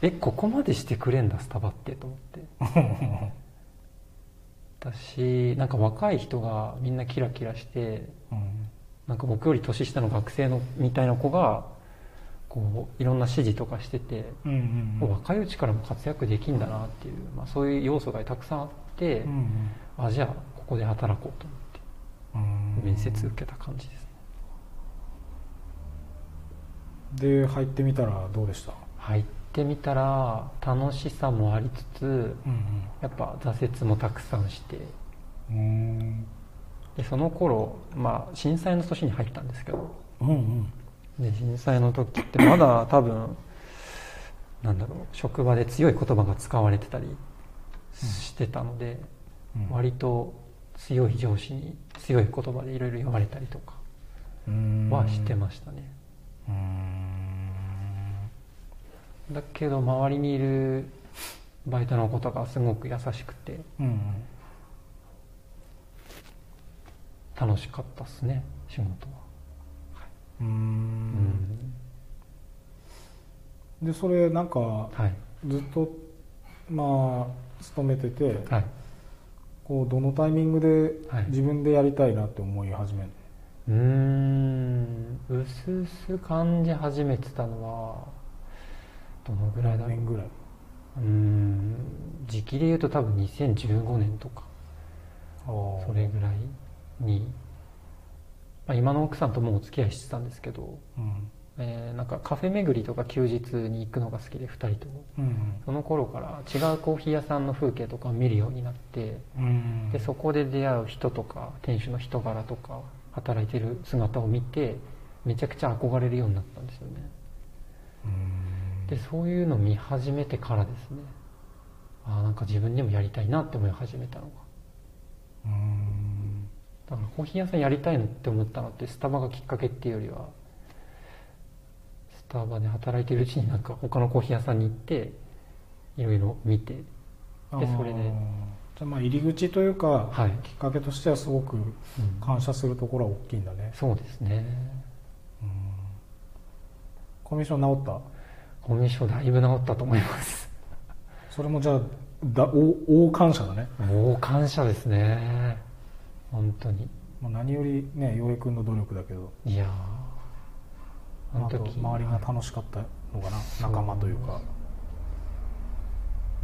えここまでしてくれんだスタバってと思ってう私なんか若い人がみんなキラキラしてうんなんか僕より年下の学生のみたいな子がこういろんな指示とかしてて、うんうんうん若いうちからも活躍できんだなっていう、まあ、そういう要素がたくさんあって、うんあじゃあここで働こうと思ってうん面接受けた感じですねで入ってみたらどうでした入っってみたら楽しさもありつつうんやっぱ挫折もたくさんしてうんでその頃まあ震災の年に入ったんですけどうんうんで震災の時ってまだ多分なんだろう職場で強い言葉が使われてたりしてたので、うん割と強い上司に強い言葉でいろいろ言われたりとかうんはしてましたね、うんだけど周りにいるバイトの子とかすごく優しくてうん楽しかったっすね仕事は、ううんでそれなんかはいずっとまあ勤めてて、はいこうどのタイミングはいで自分でやりたいなって思い始める、うーんうすうす感じ始めてたのはどのぐらいだ何ろ年うぐらいうーん時期で言うと多分2015年とかそそれぐらいに、まあ、今の奥さんともお付き合いしてたんですけど、うんえーなんかカフェ巡りとか休日に行くのが好きで2人ともうんその頃から違うコーヒー屋さんの風景とか見るようになってうんでそこで出会う人とか店主の人柄とか働いてる姿を見てめちゃくちゃ憧れるようになったんですよねうんでそういうの見始めてからですねああなんか自分でもやりたいなって思い始めたのがうんだからコーヒー屋さんやりたいのって思ったのってスタバがきっかけっていうよりはスタバで働いてるうちになんか他のコーヒー屋さんに行っていろいろ見てでそれであーじゃあまあ入り口というか、はい、きっかけとしてはすごくうん感謝するところは大きいんだねそうですねコミュ障治ったコミュ障だいぶ治ったと思いますそれもじゃあだお大感謝だねもう感謝ですね本当にもう何よりね洋平君の努力だけどいやーあのあと時周りが楽しかったのかな仲間というか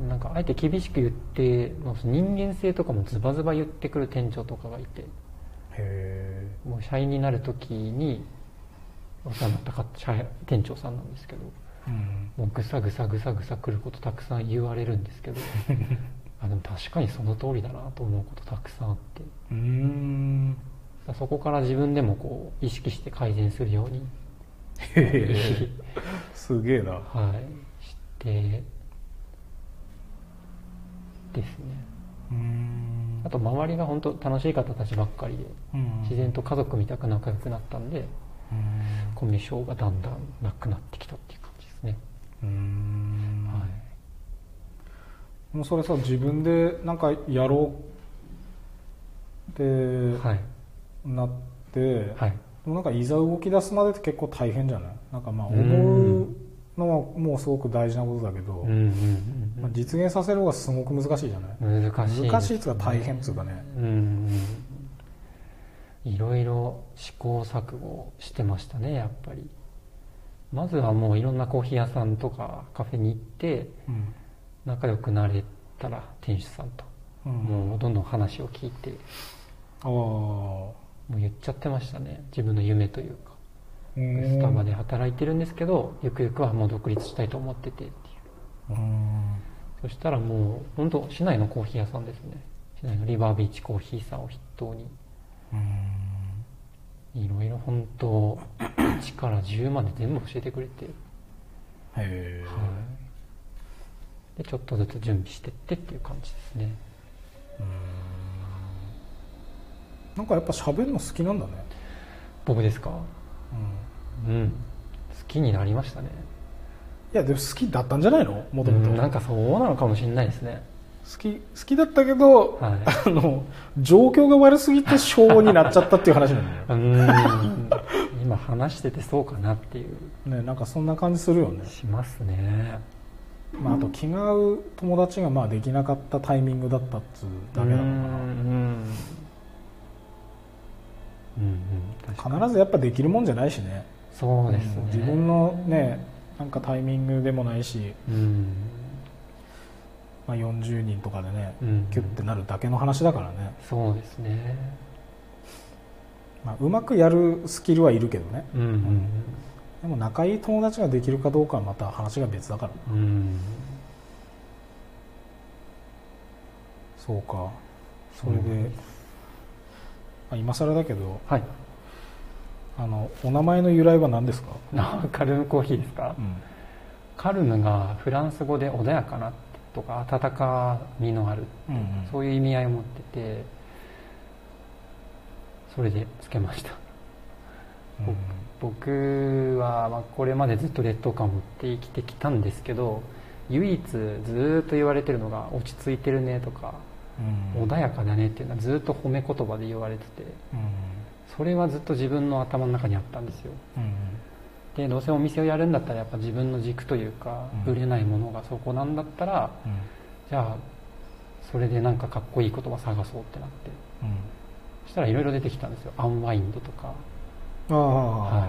なんかあえて厳しく言ってもう人間性とかもズバズバ言ってくる店長とかがいてへもう社員になる時にお世話になったか社員店長さんなんですけどえうんもうぐさぐさぐさぐさ来ることたくさん言われるんです けどあでも確かにその通りだなと思うことたくさんあってうーんそこから自分でもこう意識して改善するように、へえすげえなはい、してですねうーんあと周りが本当楽しい方たちばっかりでうん自然と家族みたく仲良くなったんでうんコミュ障がだんだんなくなってきたっていう感じですね、うーんはいもうそれさ自分でなんかやろうってはいなって、はいでもなんかいざ動き出すまでって結構大変じゃないなんかまあうん思うのはもうすごく大事なことだけど、うんうんまあ、実現させる方がすごく難しいじゃないうんうん難しいですね難しいっつうか大変っつうかねうんうんいろいろ試行錯誤してましたねやっぱりまずはもういろんなコーヒー屋さんとかカフェに行ってうん仲良くなれたら店主さんと、うんもうどんどん話を聞いてああもう言っちゃってましたね自分の夢というかうんスタバで働いてるんですけどゆくゆくはもう独立したいと思っててっていううんそしたらもう本当市内のコーヒー屋さんですね市内のリバービーチコーヒーさんを筆頭にうんいろいろ本当1から10まで全部教えてくれて、へえでちょっとずつ準備してってっていう感じですねなんかやっぱ喋るの好きなんだね僕ですかうんうん好きになりましたねいやでも好きだったんじゃないのもともうとんなん好かそうなのかもしれないですねき好きだったけど、はいあの状況が悪すぎて小になっちゃったっていう話なんだ ようん今話しててそうかなっていうねなんかそんな感じするよね、しますねまあ、あと気が合う友達がまあできなかったタイミングだったっつうだけなうんのかうんうん確かにな必ずやっぱできるもんじゃないしねそうですねん自分のねなんかタイミングでもないし、うんまあ、40人とかでね、うんキュッてなるだけの話だからね、そうですねまあ、うまくやるスキルはいるけどねうんうんうんでも仲いい友達ができるかどうかはまた話が別だからうんそうかそれで、あ今更だけどはいあのお名前の由来は何ですか、なカルムコーヒーですか、うんカルムがフランス語で穏やかなとか温かみのあるうんうんそういう意味合いを持っててそれでつけましたうん僕はまあこれまでずっと劣等感を持って生きてきたんですけど唯一ずーっと言われてるのが「落ち着いてるね」とか「うん穏やかだね」っていうのはずーっと褒め言葉で言われててそれはずっと自分の頭の中にあったんですようんでどうせお店をやるんだったらやっぱ自分の軸というかうんぶれないものがそこなんだったらうんじゃあそれでなんかかっこいい言葉探そうってなってうんそしたらいろいろ出てきたんですよアンワインドとか、ああ、はい、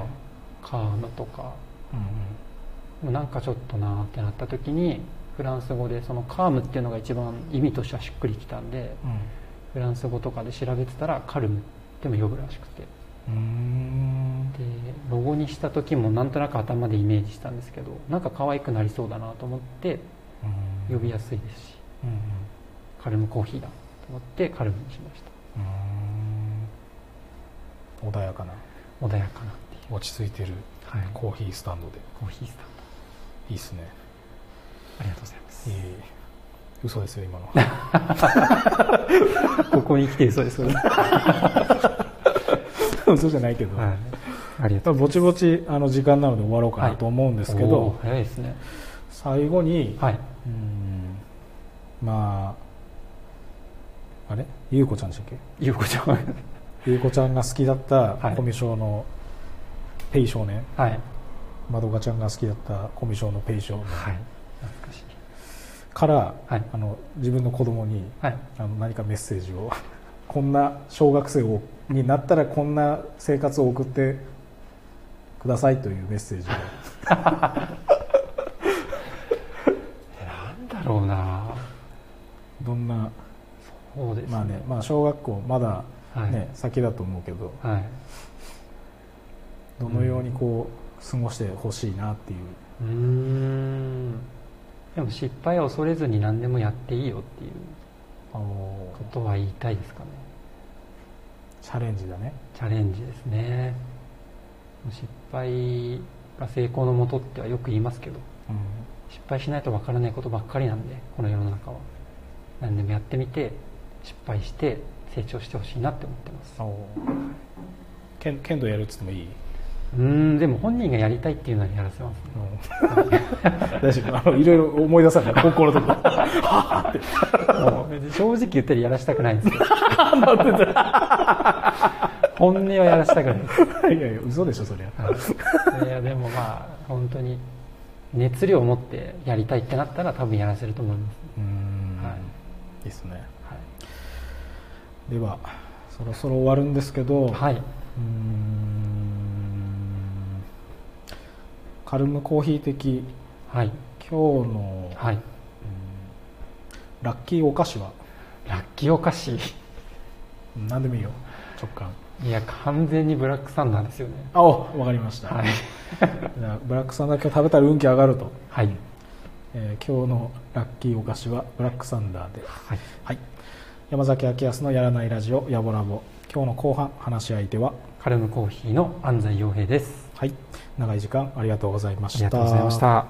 カードとかうんでもなんかちょっとなーってなった時にフランス語でそのカームっていうのが一番意味としてはしっくりきたんでうんフランス語とかで調べてたらカルムっても呼ぶらしくてうんでロゴにした時もなんとなく頭でイメージしたんですけどなんか可愛くなりそうだなと思ってうん呼びやすいですしうんうんカルムコーヒーだと思ってカルムにしましたうん穏やかな穏やかなっていう、落ち着いてるはい、ココーヒースタンドでーヒースタンいいっすねドありがとうございますいい嘘ですよ今のここに来てるそうですよねは嘘じゃないけど、いありがとうぼちぼちあの時間なので終わろうかなと思うんですけど、おー早いですね最後に、はいうんまああれゆうこちゃんでしたっゆうこちゃんけゆうこちゃんが好きだったはいコミュ障のペイ少年、はいまどかちゃんが好きだったコミュ障のペイ少年はい懐かしいから、はいあの自分の子供にはいあの何かメッセージを こんな小学生をになったらこんな生活を送ってくださいというメッセージをなんだろうなどんな、そうですまあねまあ、小学校まだ、はいね先だと思うけどはいどのようにこう過ごしてほしいなっていう、うーんでも失敗を恐れずに何でもやっていいよっていうあのことは言いたいですかねチャレンジだね、チャレンジですね失敗が成功のもとってはよく言いますけど失敗しないとわからないことばっかりなんでこの世の中は何でもやってみて失敗して成長してほしいなって思ってます剣剣道やるっつってもいい、うーんでも本人がやりたいっていうのにやらせます ね 大丈夫あのいろいろ思い出さない高校の時もう正直言ったらやらしたく ないんですよ 本音はやらしたくないで すいやいや嘘でしょそりゃ、いやでもまあ本当に熱量を持ってやりたいってなったら多分やらせると思います、うんはいいいですねはではそろそろ終わるんですけど、い、はい、うーんカルムコーヒー的はい今日のはいラッキーお菓子はラッキーお菓子 うん何でもいいよ直感いや完全にブラックサンダーですよねあお分かりました、はいじゃあブラックサンダー今日食べたら運気上がると、はいえー今日のラッキーお菓子はブラックサンダーではいはい山崎明康のやらないラジオやぼラボ今日の後半話し相手はカルムコーヒーの安西洋平ですはい長い時間ありがとうございまあしりたがとうございました